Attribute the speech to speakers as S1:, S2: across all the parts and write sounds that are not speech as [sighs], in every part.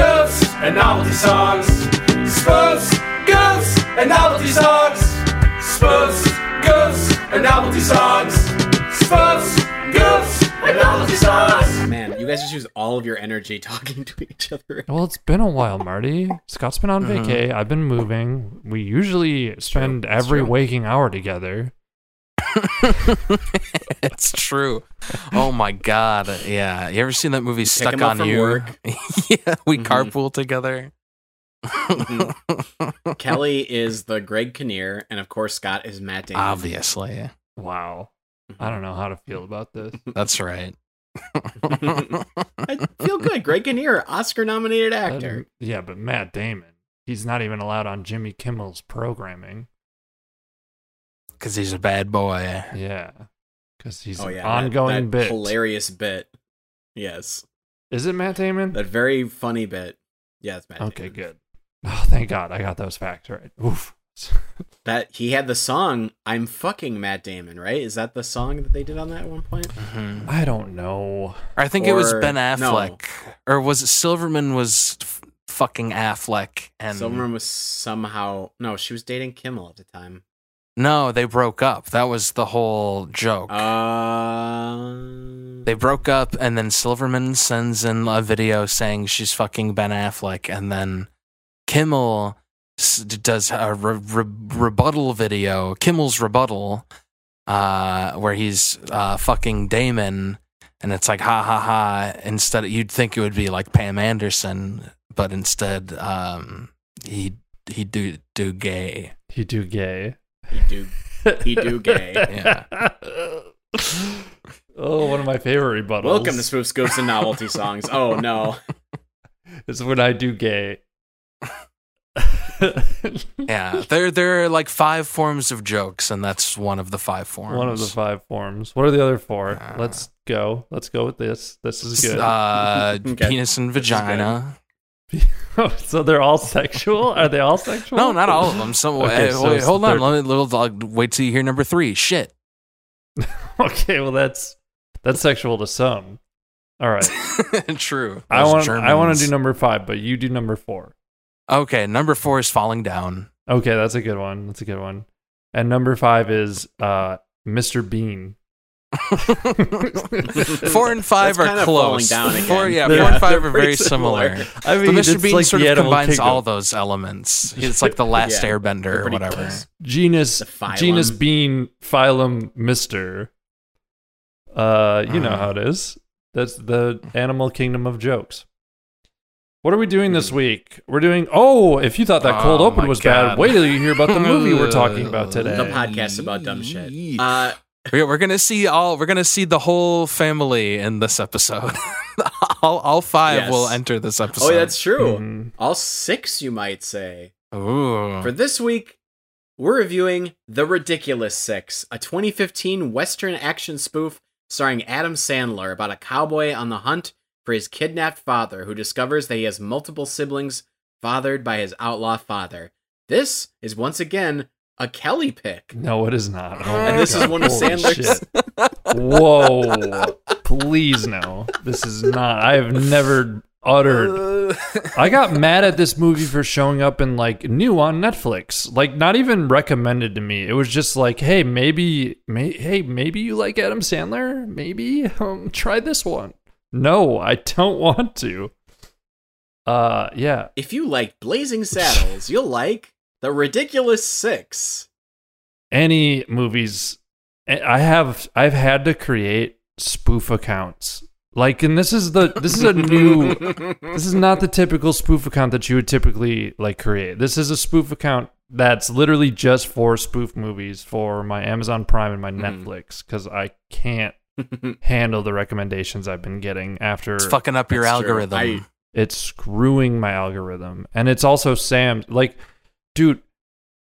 S1: and novelty songs. Spurs, girls, and novelty songs. Spurs, girls, and novelty songs. Spurs, girls, and novelty songs.
S2: Man, you guys just use all of your energy [laughs] talking to each
S3: [laughs]
S2: other.
S3: Well, it's been a while, Marty. Scott's been on vacay. I've been moving. We usually spend
S2: It's
S3: every
S2: Mm-hmm. true.
S3: waking hour together.
S4: [laughs] it's true. Oh my god. Yeah. You ever seen that movie
S2: Pick
S4: Stuck
S2: 'em up
S4: on
S2: from
S4: You?
S2: work.
S4: [laughs] yeah, we
S2: Mhm.
S4: carpool together.
S2: Mm-hmm. Kelly is the Greg Kinnear, and of course Scott is Matt Damon.
S4: [laughs]
S3: Um.
S4: Obviously.
S3: Wow.
S2: Mm-hmm.
S3: I don't know how to feel about this.
S4: That's right.
S2: I feel good. Greg Kinnear, Oscar-nominated actor.
S3: Yeah, but Matt Damon. He's not even allowed on Jimmy Kimmel's programming.
S4: Because he's a bad boy.
S3: Yeah. Because he's
S2: Oh
S3: an
S2: yeah, that- that
S3: ongoing bit.
S2: hilarious bit. Yes,
S3: Is it Matt Damon?
S2: that very funny bit. Yeah, it's Matt.
S3: okay,
S2: Damon.
S3: good. Oh, thank God. I got those facts right. Oof.
S2: That he had the song "I'm fucking Matt Damon," right? Is that the song that they did on that at one point?
S4: Mhm.
S3: I don't know.
S4: Or I think it was
S2: Or-
S4: Ben
S2: no.
S4: Affleck, or was it Silverman was f- fucking Affleck and
S2: Silverman was somehow no, she was dating Kimmel at the time.
S4: no, they broke up. That was the whole joke.
S2: Uh,
S4: they broke up, and then Silverman sends in a video saying she's fucking Ben Affleck, and then Kimmel s- d- does a re- re- rebuttal video, Kimmel's rebuttal, uh, where he's uh, fucking Damon, and it's like ha ha ha. Instead, you'd think it would be like Pam Anderson, but instead, um, he he do do gay.
S3: He do gay.
S2: he do he do
S3: [laughs]
S2: gay.
S4: Yeah.
S3: oh, one of my favorite rebuttals.
S2: Welcome to Spoof Scoops and
S4: [laughs]
S2: Novelty Songs. Oh no,
S3: It's when I do gay. [laughs] [laughs]
S4: Yeah, there there are like five forms of jokes, and that's one of the five forms.
S3: One of the five forms. What are the other four?
S4: Uh,
S3: Let's go. Let's go with this. This is good.
S4: Uh,
S2: Okay.
S4: penis and
S2: is good.
S4: vagina.
S3: [laughs] so they're all sexual? Are they all sexual?
S4: No, not all of them. Some.
S3: Okay,
S4: eh,
S3: so
S4: wait,
S3: it's
S4: hold
S3: the
S4: on.
S3: third-
S4: Let me, little dog. Wait till you hear number three. Shit.
S3: [laughs]
S4: [laughs]
S3: Okay, well that's that's sexual to some. All
S4: [laughs]
S3: right.
S4: True.
S3: I
S4: Those
S3: want I want
S4: Germans.
S3: to do number 5, but you do number 4.
S4: Okay, number four is
S3: [laughs]
S4: falling down.
S3: Okay, that's a good one. That's a good one. And number 5 is uh Mr. Bean.
S4: Four and five
S2: That's
S4: are
S2: kind of
S4: close.
S2: falling down
S4: Four,
S2: again.
S4: yeah,
S3: They're-
S4: four and five
S3: they're
S4: are very
S3: pretty similar.
S4: similar.
S3: I
S4: But
S3: mean,
S4: Mr.
S3: it's
S4: Bean
S3: like
S4: sort
S3: the
S4: of
S3: animal
S4: combines
S3: kingdom.
S4: all those elements. It's like the last
S2: Yeah,
S4: airbender or
S2: pretty
S4: whatever.
S2: close.
S3: genus
S2: The phylum.
S3: genus bean phylum mister uh you know
S2: Uh-huh.
S4: Mhm.
S3: how it is that's the animal kingdom of jokes what are we doing this
S2: Mm-hmm.
S3: week we're doing oh if you thought that cold
S4: Oh
S3: open
S4: my
S3: was bad
S4: God.
S3: wait till you hear about the
S2: [laughs]
S3: movie we're talking about today
S2: the podcast about dumb shit.
S4: Yeesh.
S2: Uh,
S4: We're, we're gonna see all. We're gonna see the whole family in this episode. [laughs] all, all five
S2: Yes.
S4: will enter this episode.
S2: oh, that's true.
S3: Mhm.
S2: All six, you might say.
S4: Ooh.
S2: For this week, we're reviewing The Ridiculous Six, a 2015 Western action spoof starring Adam Sandler about a cowboy on the hunt for his kidnapped father who discovers that he has multiple siblings fathered by his outlaw father. This is once again a Kelly pick.
S3: no it is not oh my
S2: And this
S3: God.
S2: is one of
S3: Holy
S2: Sandler's-
S3: shit. whoa please no this is not i have
S2: [laughs]
S3: never uttered
S4: [laughs]
S3: I got mad at this movie for showing up in like new on Netflix. Like not even recommended to me. It was just like, hey, maybe, may, hey, maybe you like Adam Sandler. Maybe um, try this one. No, I don't [laughs] want to. Uh, yeah.
S2: If you like Blazing Saddles, you'll like The Ridiculous Six.
S3: Any movies, I I have, I've had to create spoof accounts. Like, and this is the this is
S2: [laughs]
S3: a new this is not the typical spoof account that you would typically like create. This is a spoof account that's literally just for spoof movies for my Amazon Prime and my
S2: Mhm.
S3: Netflix because I can't
S2: [laughs]
S3: handle the recommendations I've been getting after
S4: It's fucking up your
S2: That's true.
S4: algorithm.
S2: I-
S3: it's screwing my algorithm. And it's also Sam like dude,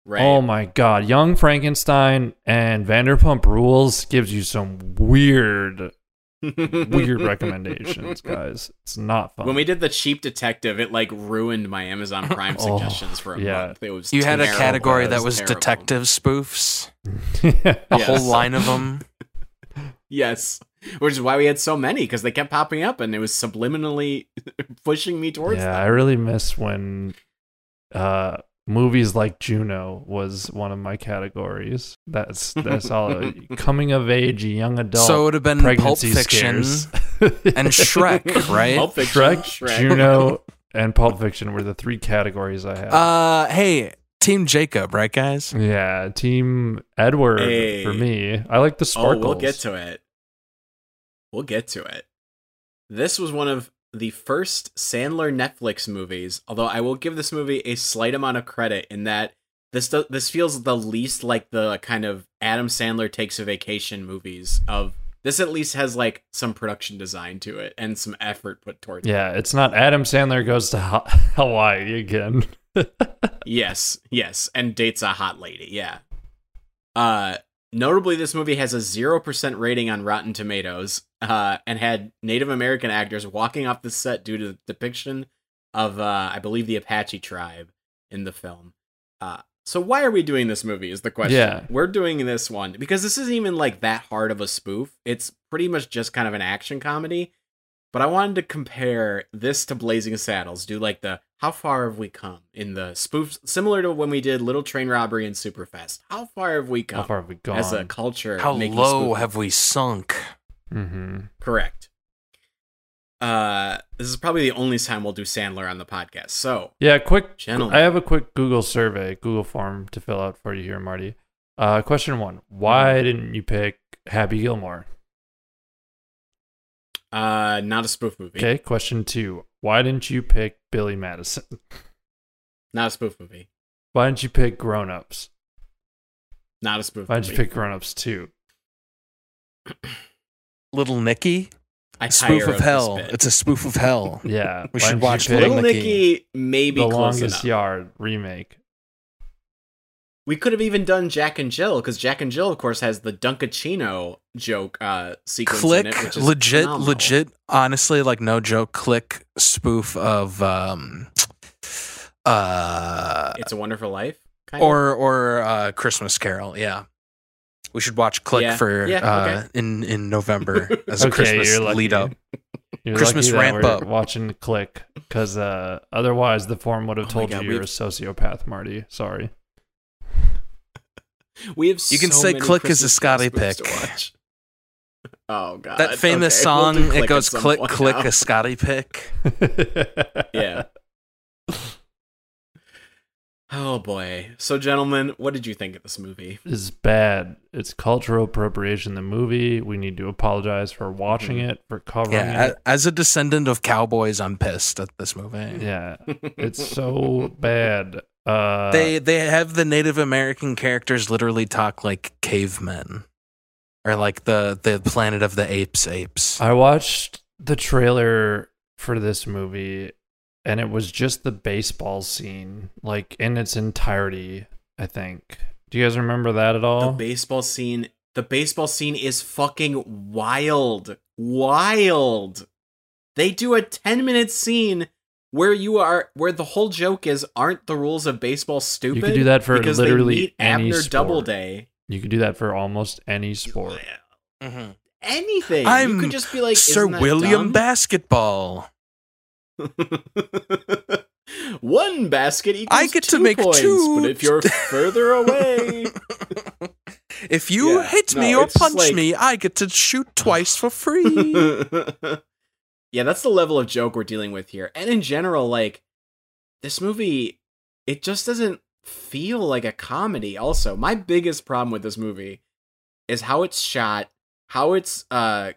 S2: right. [laughs]
S3: oh my god, Young Frankenstein and Vanderpump Rules gives you some weird
S2: [laughs]
S3: weird recommendations, guys. It's not fun.
S2: When we did the Cheap Detective, it like ruined my Amazon Prime
S3: [laughs] Oh,
S2: suggestions for a
S3: yeah.
S2: month. It was
S4: you had a
S2: terrible.
S4: category
S2: It
S4: that was
S2: terrible.
S4: detective spoofs. A
S3: [laughs]
S2: Yes.
S4: [laughs] whole line of them.
S2: Yes, which is why we had so many because they kept popping up and it was subliminally [laughs] pushing me towards
S3: yeah,
S2: them.
S3: I really miss when uh, movies like Juno was one of my categories. That's that's
S2: [laughs]
S3: all uh, coming of age, young adult.
S4: so it would have been Pulp
S3: pregnancy
S4: Fiction
S3: scares. [laughs]
S2: [laughs]
S4: and [laughs] Shrek, right?
S2: Pulp Fiction,
S3: Shrek,
S2: Shrek.
S3: Juno, and Pulp Fiction were the three categories I had.
S4: Uh, hey, Team Jacob, right, guys?
S3: yeah, Team Edward
S2: Hey.
S3: for me. I like the
S2: Oh,
S3: sparkles.
S2: we'll get to it. We'll get to it. This was one of the first Sandler Netflix movies, although I will give this movie a slight amount of credit in that this do- this feels the least like the kind of Adam Sandler takes a vacation movies of this at least has like some production design to it and some effort put towards it.
S3: Yeah, it's not Adam Sandler goes to Ha- [laughs] Hawaii again.
S2: Yes, yes, and dates a hot lady. Yeah. Uh, notably, this movie has a zero percent rating on Rotten Tomatoes, uh, and had Native American actors walking off the set due to the depiction of, uh, I believe, the Apache tribe in the film. Uh, so why are we doing this movie? Is the question.
S3: Yeah.
S2: We're doing this one because this isn't even like that hard of a spoof. It's pretty much just kind of an action comedy. But I wanted to compare this to Blazing Saddles, do like the how far have we come in the spoofs, similar to when we did Little Train Robbery and Superfest. How far have we come
S3: How far have we gone?
S2: as a culture?
S4: How
S2: making
S4: low
S2: spoof-
S4: have we sunk?
S3: hmm
S2: correct? Uh, this is probably the only time we'll do Sandler on the podcast. So,
S3: Yeah, quick.
S2: Gentlemen.
S3: I have a quick Google survey, Google form to fill out for you here, Marty. Uh, question one:
S4: Mm-hmm.
S3: Why didn't you pick Happy Gilmore?
S2: uh, not a spoof movie.
S3: Okay. Question two: Why didn't you pick Billy Madison? [laughs]
S2: Not a spoof movie.
S3: Why didn't you pick Grown Ups?
S2: Not a spoof
S3: Why didn't
S2: movie.
S3: you pick Grown Ups
S4: [laughs]
S3: two?
S4: Little Nicky?
S2: I
S4: Spoof
S2: tyro
S4: of
S2: this
S4: hell.
S2: bit.
S4: It's a spoof of
S2: [laughs]
S4: hell.
S3: Yeah, why
S4: We should
S3: didn't you
S4: watch
S3: pick
S2: Little
S4: Big Nicky.
S2: Nicky may be
S3: the
S2: close enough.
S3: Longest Yard remake.
S2: We could have even done Jack and Jill because Jack and Jill, of course, has the Dunkachino joke uh, sequence.
S4: Click,
S2: in it, which is
S4: legit,
S2: phenomenal.
S4: legit, honestly, like no joke, click spoof of um uh
S2: It's a Wonderful Life. Kind of.
S4: or or uh Christmas Carol, yeah. We should watch Click
S2: Yeah.
S4: for
S2: Yeah,
S4: uh in
S2: [laughs]
S4: in November as a
S3: Okay,
S4: Christmas
S3: you're lucky.
S4: lead up.
S3: [laughs] You're
S4: Christmas
S3: lucky that
S4: ramp
S3: we're
S4: up.
S3: Watching Click, because uh, otherwise the form would have
S2: Oh my
S3: told
S2: God,
S3: you you're a
S2: we've-
S3: sociopath, Marty. Sorry. [laughs]
S2: we have.
S4: You can
S2: so
S4: say
S2: many
S4: Click is a
S2: Christmas
S4: Scotty
S2: spoofs to
S4: pick.
S2: watch. [laughs] Oh god,
S4: That famous
S2: Okay, we'll
S4: song,
S2: do
S4: it
S2: Click
S4: goes
S2: at some
S4: click,
S2: point
S4: click,
S2: now.
S4: a Scotty pick.
S2: Yeah. [laughs] Oh boy. So, gentlemen, what did you think of this movie? [laughs]
S3: is bad. It's cultural appropriation. The movie. We need to apologize for watching it, for covering
S4: Yeah,
S3: it.
S4: a- as a descendant of cowboys, I'm pissed at this movie.
S3: Yeah, it's so bad. Uh,
S4: They they have the Native American characters literally talk like cavemen, or like the the Planet of the Apes apes.
S3: I watched the trailer for this movie, and it was just the baseball scene, like in its entirety. I think. Do you guys remember that at
S2: The
S3: all?
S2: baseball scene. The baseball scene is fucking wild. Wild. They do a 10 minute scene where you are where the whole joke is aren't the rules of baseball stupid?
S3: you could do that for
S2: because
S3: literally
S2: they meet
S3: any
S2: Abner
S3: sport.
S2: Doubleday.
S3: You could do that for almost any sport.
S2: Mm-hmm.
S4: Mhm.
S2: Anything. you
S4: I'm
S2: could just be like
S4: Sir
S2: "Isn't that
S4: William
S2: dumb?"
S4: Basketball.
S2: [laughs] One basket equals
S4: I get
S2: two
S4: to make
S2: points,
S4: two.
S2: but if
S4: [laughs]
S2: you're further away,
S4: If you
S2: Yeah,
S4: hit me
S2: no,
S4: or
S2: it's just
S4: punch
S2: like-
S4: me, I get to shoot twice
S2: [laughs]
S4: for free.
S2: yeah, that's the level of joke we're dealing with here. And in general, like this movie, it just doesn't feel like a comedy. Also, my biggest problem with this movie is how it's shot, how it's uh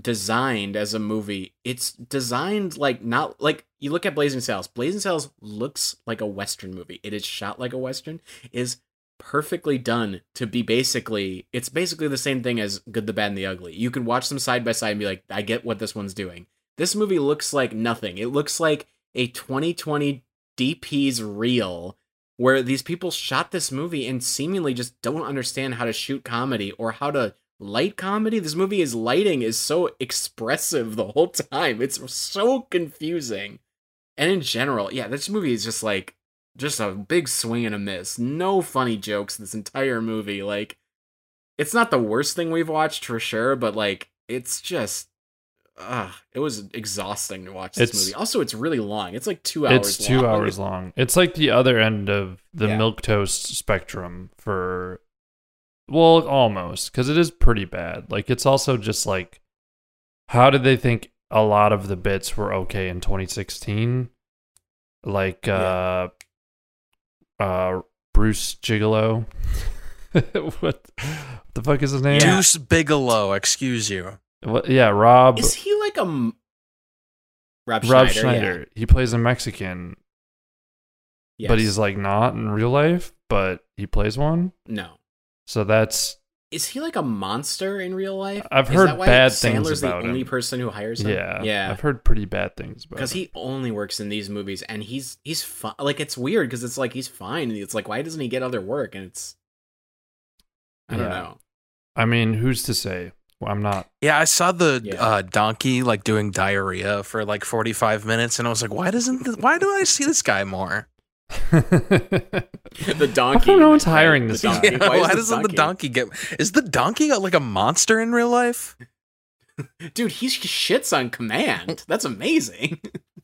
S2: designed as a movie. It's designed like not like you look at Blazing Saddles. Blazing Saddles looks like a western movie. It is shot like a western. It Is perfectly done to be basically it's basically the same thing as Good the Bad and the Ugly. You can watch them side by side and be like I get what this one's doing. This movie looks like nothing. It looks like a 2020 DP's reel where these people shot this movie and seemingly just don't understand how to shoot comedy or how to light comedy. This movie is lighting is so expressive the whole time. It's so confusing. And in general, yeah, this movie is just like just a big swing and a miss. No funny jokes this entire movie. Like it's not the worst thing we've watched for sure, but like It's just, uh, it was exhausting to watch this
S3: It's-
S2: movie. Also, it's really long. It's like two hours.
S3: It's two
S2: long.
S3: hours long. It's like the other end of the
S2: Yeah.
S3: milk toast spectrum for, well, almost because it is pretty bad. Like it's also just like, how did they think a lot of the bits were okay in 2016? Like uh, uh, Bruce Gigolo. [laughs] what the fuck is his name?
S2: Yeah.
S4: Deuce Bigelow, excuse you.
S3: What, yeah Rob
S2: Is he like a m- Rob, Schneider?
S3: Rob Schneider. He plays a Mexican,
S2: Yeah.
S3: but
S2: Yes.
S3: he's like not in real life, but he plays one.
S2: no.
S3: So that's
S2: Is he like a monster in real life?
S3: I've
S2: Is
S3: heard
S2: that why
S3: bad
S2: Sandler's
S3: things about
S2: the only
S3: him.
S2: person who hires him.
S3: yeah,
S2: yeah.
S3: I've heard pretty bad things about
S2: because
S3: him.
S2: he only works in these movies and he's he's fi- like it's weird because it's like he's fine and it's like why doesn't he get other work and it's i don't
S3: Yeah.
S2: know [laughs]
S3: I mean, who's to say? Well, I'm not. [laughs]
S4: Yeah, I saw the
S2: Yeah.
S4: uh, donkey like doing diarrhea for like 45 minutes, and I was like, why doesn't th- why do I see this guy more?
S2: the donkey
S3: come no one's
S2: right?
S3: hiring
S2: Uh, The
S3: this
S4: [laughs]
S2: donkey.
S3: guy? [laughs]
S4: Yeah, why
S2: is this
S4: doesn't the donkey get? Is the donkey uh, like a monster in real life?
S2: dude he sh- shits on command that's amazing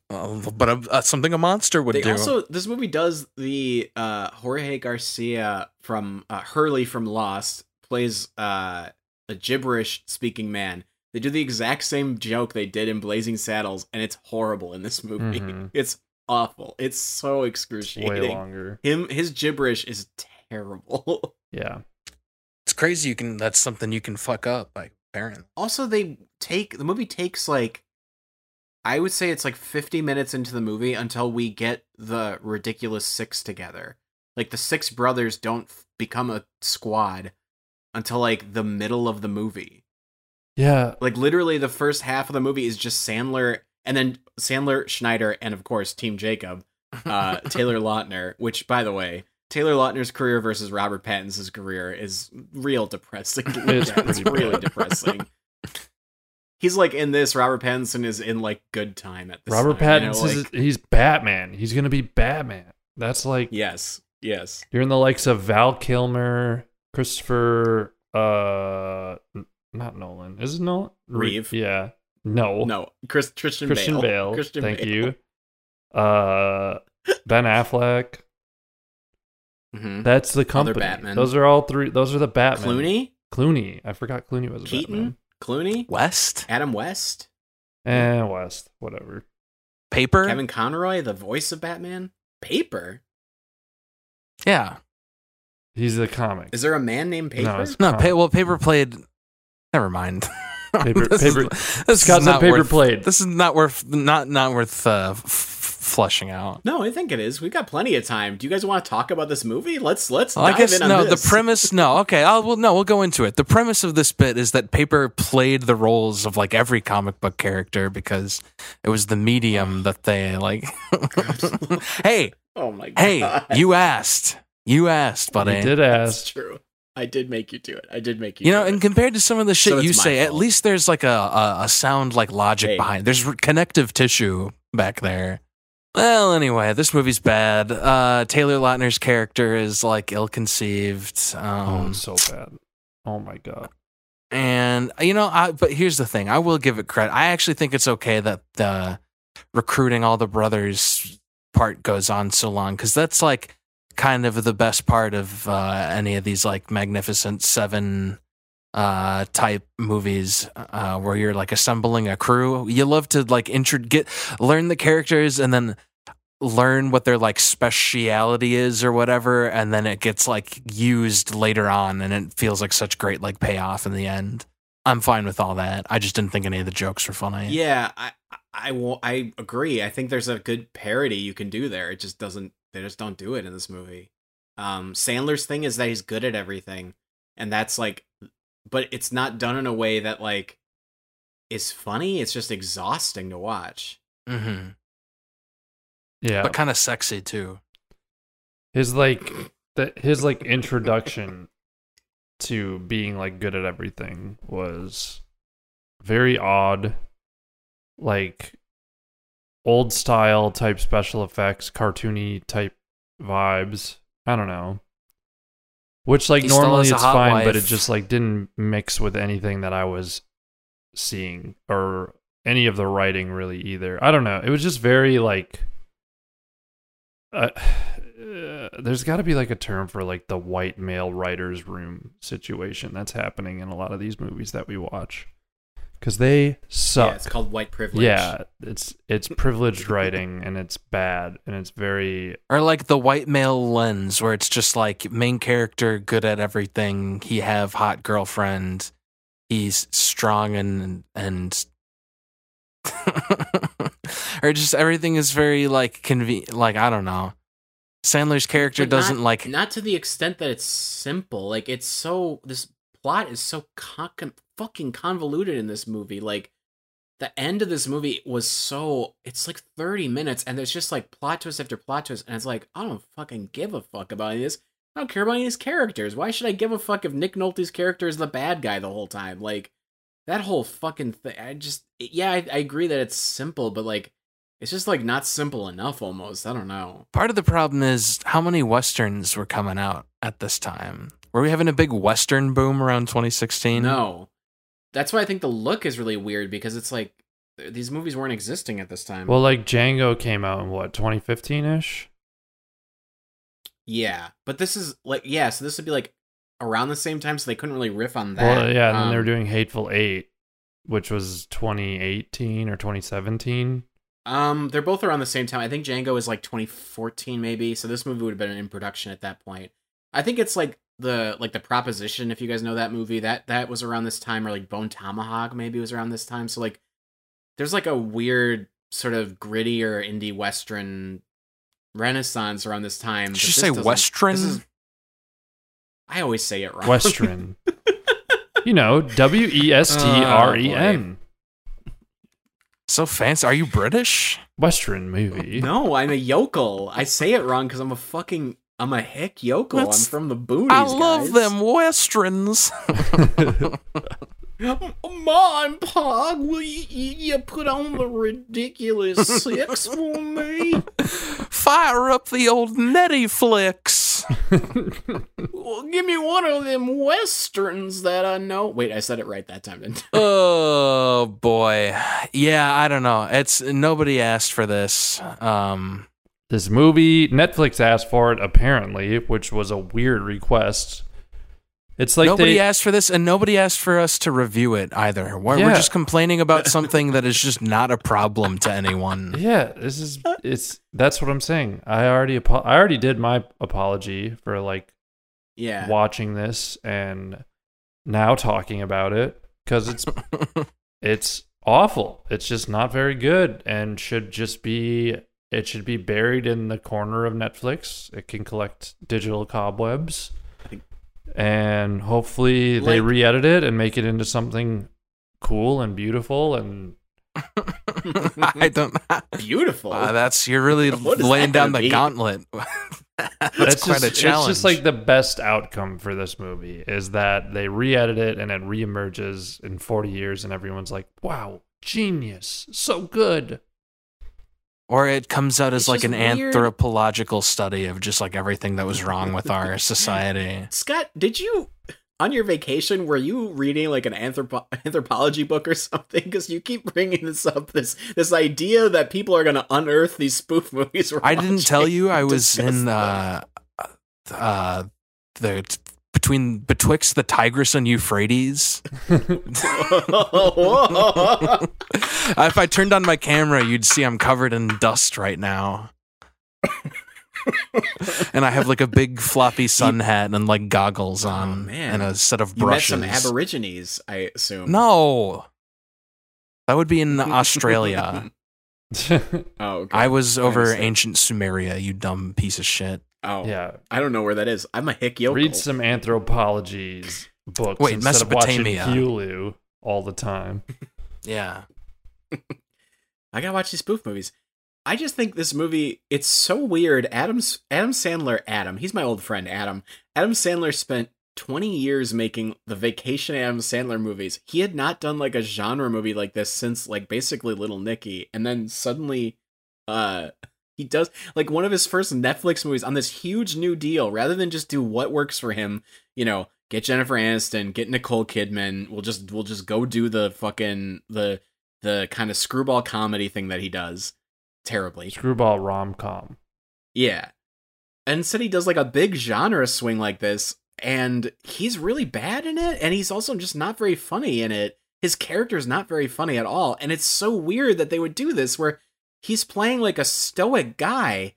S4: Uh, but uh, uh, something a monster would
S2: they
S4: do.
S2: also this movie does the uh jorge garcia from uh, hurley from lost plays uh a gibberish speaking man they do the exact same joke they did in blazing saddles and it's horrible in this movie
S3: Mhm.
S2: [laughs] it's awful it's so
S3: Way
S2: excruciating
S3: longer.
S2: him his gibberish is terrible [laughs]
S3: Yeah.
S4: it's crazy. You can that's something you can fuck up. Like apparently,
S2: also they take the movie takes like i would say it's like 50 minutes into the movie until we get the ridiculous six together like the six brothers don't f- become a squad until like the middle of the movie
S3: Yeah.
S2: like literally the first half of the movie is just sandler and then sandler schneider and of course team jacob
S3: [laughs]
S2: uh, Taylor Lautner, which, by the way, Taylor Lautner's career versus Robert Pattinson's career is real
S3: [laughs]
S2: depressing. to look
S3: It's
S2: at. It's,
S3: pretty bad.
S2: really depressing. He's like in this. Robert Pattinson is in like good time at this.
S3: Robert
S2: time, uh, you know,
S3: Pattinson. is
S2: like-
S3: he's Batman. He's gonna be Batman. That's like
S2: yes, yes.
S3: You're in the likes of Val Kilmer, Christopher, uh, n- not Nolan. Is it Nolan? Re-
S2: Reeve.
S3: Yeah. No.
S2: No, Chris, Christian,
S3: Christian
S2: Bale.
S3: Bale.
S2: Christian
S3: Thank
S2: Bale.
S3: you. Uh, Ben Affleck.
S2: Mhm.
S3: That's the company.
S2: Batman.
S3: Those are all three. Those are the Batman.
S2: Clooney,
S3: Clooney. I forgot Clooney was a
S2: Keaton, Clooney,
S4: [laughs] West
S2: Adam West,
S3: Batman. Eh, West. Whatever.
S4: paper.
S2: Kevin Conroy, the voice of Batman. Paper.
S4: yeah,
S3: He's the comic.
S2: Is there a man named Paper?
S3: No, it's-
S4: no.
S3: Huh.
S4: Pa- well, paper played. Never mind. [laughs]
S3: Paper- paper-
S4: Is, this
S3: Scott's
S4: is
S3: on
S4: not
S3: paper
S4: worth,
S3: played.
S4: This is not worth not not worth uh, f- flushing out.
S2: No, I think it is. We've got plenty of time. Do you guys want to talk about this movie? Let's let's
S4: Well, I
S2: dive
S4: guess
S2: in on
S4: no.
S2: this.
S4: The premise, no. Okay, I'll, well, no, we'll go into it. The premise of this bit is that Paper played the roles of like every comic book character because it was the medium that
S2: [laughs]
S4: they like. [laughs] hey,
S2: Oh my god.
S4: hey, you asked, you asked, buddy.
S3: He
S2: [laughs]
S3: did
S2: That's
S3: ask.
S2: true. I did make you do it. I did make you.
S4: You
S2: do
S4: know,
S2: it.
S4: and compared to some of the shit
S2: So it's
S4: you
S2: my
S4: say, at
S2: fault.
S4: least there's like a a, a sound like logic
S2: Hey.
S4: behind. There's re- connective tissue back there. Well, anyway, this movie's bad. Uh, Taylor Lautner's character is like ill-conceived.
S3: Oh,
S4: Um,
S3: it's so bad. Oh my god.
S4: And you know, I but here's the thing: I will give it credit. I actually think it's okay that the recruiting all the brothers part goes on so long because that's like kind of the best part of uh, any of these like Magnificent Seven uh type movies uh where you're like assembling a crew you love to like intro get learn the characters and then learn what their like speciality is or whatever and then it gets like used later on and it feels like such great like payoff in the end i'm fine with all that i just didn't think any of the jokes were funny
S2: yeah, I I will. I agree. I think there's a good parody you can do there. It just doesn't. They just don't do it in this movie. Um, Sandler's thing is that he's good at everything, and that's like, but it's not done in a way that like is funny. It's just exhausting to watch.
S4: hmm
S3: Yeah.
S4: but kind of sexy too
S3: his like the, his like introduction to being like good at everything was very odd like old style type special effects cartoony type vibes i don't know which like
S4: He still
S3: normally
S4: has
S3: it's
S4: a hot
S3: fine but it
S4: wife.
S3: just like didn't mix with anything that i was seeing or any of the writing really either. I don't know. It was just very like uh, [sighs] uh, there's got to be like a term for like the white male writers room situation that's happening in a lot of these movies that we watch cuz they suck.
S2: Yeah, it's called white privilege.
S3: Yeah, it's it's
S2: [laughs]
S3: privileged writing and it's bad and it's very
S4: Or like the white male lens, where it's just like main character good at everything. He have hot girlfriend. He's strong and and [laughs] or just everything is very like conven like I don't know. Sandler's character
S2: But
S4: doesn't
S2: not,
S4: like
S2: not to the extent that it's simple like it's so this plot is so con- fucking convoluted in this movie like the end of this movie was so it's like 30 minutes and there's just like plot twist after plot twist and it's like i don't fucking give a fuck about any of this i don't care about any of these characters why should i give a fuck if nick nolte's character is the bad guy the whole time like that whole fucking thing i just yeah I, I agree that it's simple but like it's just like not simple enough almost i don't know
S4: part of the problem is how many westerns were coming out at this time. Were we having a big western boom around 2016?
S2: No. That's why I think the look is really weird because it's like th- these movies weren't existing at this time.
S3: well like Django came out in what 2015ish?
S2: yeah, but this is like yeah, so this would be like around the same time, so they couldn't really riff on that.
S3: Well, yeah, and then they were
S2: Um,
S3: doing Hateful 8 which was 2018 or 2017.
S2: Um, they're both around the same time. I think Django is like 2014 maybe, so this movie would have been in production at that point. I think it's like the like the proposition if you guys know that movie that that was around this time or like Bone Tomahawk maybe was around this time. So like there's like a weird sort of grittier indie western renaissance around this time.
S4: Did
S2: but
S4: you
S2: this
S4: say
S2: doesn't-
S4: western?
S2: this is- I always say it wrong. [laughs]
S3: Western. you know, W E S T R E N.
S2: Oh,
S4: So fancy. Are you British?
S3: Western movie.
S2: no, I'm a yokel. I say it wrong because I'm a fucking I'm a hick yokel.
S4: That's-
S2: I'm from the boonies.
S4: I love
S2: guys.
S4: them westerns.
S2: [laughs] Mom, Pog, will you, you put on the ridiculous six for me?
S4: Fire up the old Netty flicks.
S2: Well, give me one of them westerns that I know. Wait, I said it right that time, didn't I?
S4: [laughs] oh boy. Yeah, I don't know. It's nobody asked for this. Um
S3: This movie, Netflix asked for it apparently, which was a weird request. It's like
S4: nobody
S3: they,
S4: asked for this and nobody asked for us to review it either. We're, we're
S3: Yeah.
S4: just
S3: [laughs]
S4: complaining about something that is just not a problem to anyone.
S3: Yeah, this is it's that's what I'm saying. I already apo- I already did my apology for like
S2: Yeah.
S3: watching this and now talking about it because
S2: [laughs]
S3: it's it's awful. It's just not very good and should just be it should be buried in the corner of Netflix. It can collect digital cobwebs. And hopefully they
S2: Like-
S3: re-edit it and make it into something cool and beautiful and
S4: I don't.
S2: Beautiful.
S4: Wow, that's you're really
S2: What is that
S4: laying down
S2: gonna
S4: the
S2: be?
S4: gauntlet. [laughs] that's, quite
S3: just,
S4: a challenge.
S3: It's just like the best outcome for this movie is that they re-edit it and it reemerges in 40 years and everyone's like, "Wow, genius, so
S4: [laughs]
S3: good."
S4: Or it comes out as
S2: It's
S4: like
S2: just
S4: an
S2: weird.
S4: anthropological study of just like everything that was wrong with
S3: [laughs]
S4: our society.
S2: Scott, did you, on your vacation, were you reading like an anthropo- anthropology book or something? Because you keep bringing this up, this this idea that people are going to unearth these spoof movies. we're
S4: I didn't tell
S2: watching.
S4: you I was
S2: Discuss
S4: in
S2: them. [laughs]
S4: uh, uh, the between betwixt the Tigris and Euphrates. [laughs] if I turned on my camera, you'd see I'm covered in dust right now. and I have like a big floppy sun hat and like goggles
S2: Oh,
S4: on
S2: man.
S4: and a set of
S2: You met
S4: brushes.
S2: some Aborigines, I assume.
S4: no. That would
S2: [laughs]
S4: be in Australia.
S2: Oh, okay.
S4: I was over
S2: understand.
S4: ancient Sumeria, you dumb piece of shit.
S2: oh, yeah.
S3: yeah.
S2: I don't know where that is. I'm a hick yokel.
S3: Read some anthropologies books
S4: Wait,
S3: instead of watching
S4: Mesopotamia.
S3: Hulu all the time.
S4: Yeah.
S2: I gotta watch these spoof movies. I just think this movie it's so weird. Adam S- Adam Sandler, Adam, he's my old friend Adam. Adam Sandler spent 20 years making the vacation Adam Sandler movies. He had not done like a genre movie like this since like basically Little Nicky and then suddenly uh he does like one of his first Netflix movies on this huge new deal rather than just do what works for him, you know, Get Jennifer Aniston, get Nicole Kidman. We'll just we'll just go do the fucking the the kind of screwball comedy thing that he does terribly.
S3: Screwball rom com.
S2: Yeah. And instead he does like a big genre swing like this, and he's really bad in it, and he's also just not very funny in it. His character's not very funny at all. And it's so weird that they would do this where he's playing like a stoic guy.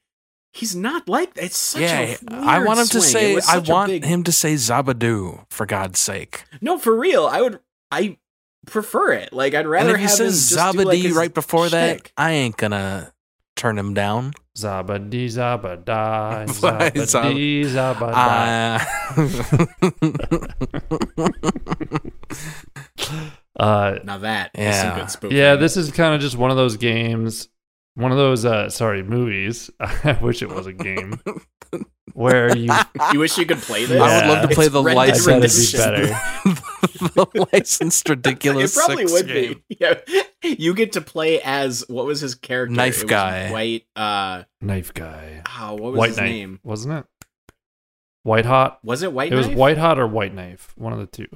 S2: He's not like it's such
S4: yeah,
S2: a
S4: I
S2: weird
S4: want him to
S2: swing. It
S4: say.
S2: was
S4: I
S2: such a
S4: want
S2: big-
S4: him to say Zabadoo for God's sake.
S2: No, for real. I would I prefer it. Like I'd rather
S4: and if he
S2: have him
S4: says
S2: just do,
S4: Zabadee
S2: like, his
S4: right before that,
S2: shtick.
S4: I ain't gonna turn him down.
S3: Zabadi zabada.
S4: [laughs] Why
S3: Zabadi zabada.
S4: Uh, [laughs]
S3: Uh,
S2: Now that is some
S4: Yeah.
S2: good spoof.
S3: yeah, this is kind of just one of those games, one of those uh, sorry movies. [laughs] I wish it was
S2: [laughs]
S3: a game where you.
S2: You wish you could play this.
S4: I would love to
S2: It's
S4: play the
S2: Red Dead [laughs]
S3: I said it'd
S4: licensed,
S3: be
S2: Redemption.
S3: better.
S4: [laughs] the licensed
S2: It
S4: ridiculous.
S2: probably
S4: sex
S2: would
S4: game.
S2: be. [laughs] Yeah. You get to play as what was his character?
S4: Knife
S2: It was
S4: guy.
S2: White. Uh,
S3: Knife guy.
S2: oh, what was
S3: White
S2: his
S3: knife,
S2: name?
S3: wasn't it? White hot.
S2: Was it White?
S3: it was
S2: Knife?
S3: white hot or white knife. [sighs] One of the two.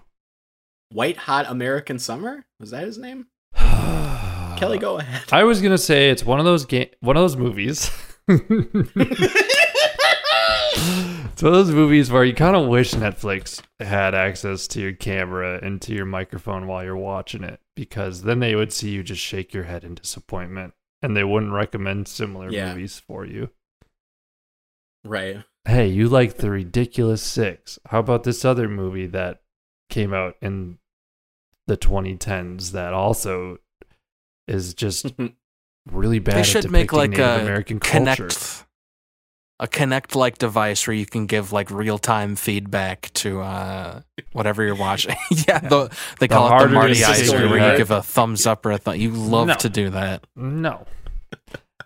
S2: White Hot American Summer. Was that his name? Kelly,
S3: Kelly,
S2: go ahead. [laughs]
S3: [laughs] I was gonna say it's one of those game, one of those movies. [laughs] it's one of those movies where you kind of wish Netflix had access to your camera and to your microphone while you're watching it, because then they would see you just shake your head in disappointment, and they wouldn't recommend similar
S2: Yeah.
S3: movies for you.
S2: right.
S3: Hey, you like the ridiculous six? How about this other movie that came out in the 2010s that also is just
S4: [laughs]
S3: really bad
S4: They
S3: at
S4: should make
S3: depicting
S4: like
S3: Native
S4: a
S3: American
S4: connect,
S3: culture.
S4: a connect like device where you can give like real time feedback to uh, whatever you're watching. [laughs] yeah, the,
S3: The
S4: they call it
S3: harder
S4: the
S3: it
S4: Marty
S2: is to
S4: Ice
S2: sort
S4: where
S2: it out.
S4: you give a thumbs up or a thumb. You love
S3: No.
S4: to do that.
S3: No.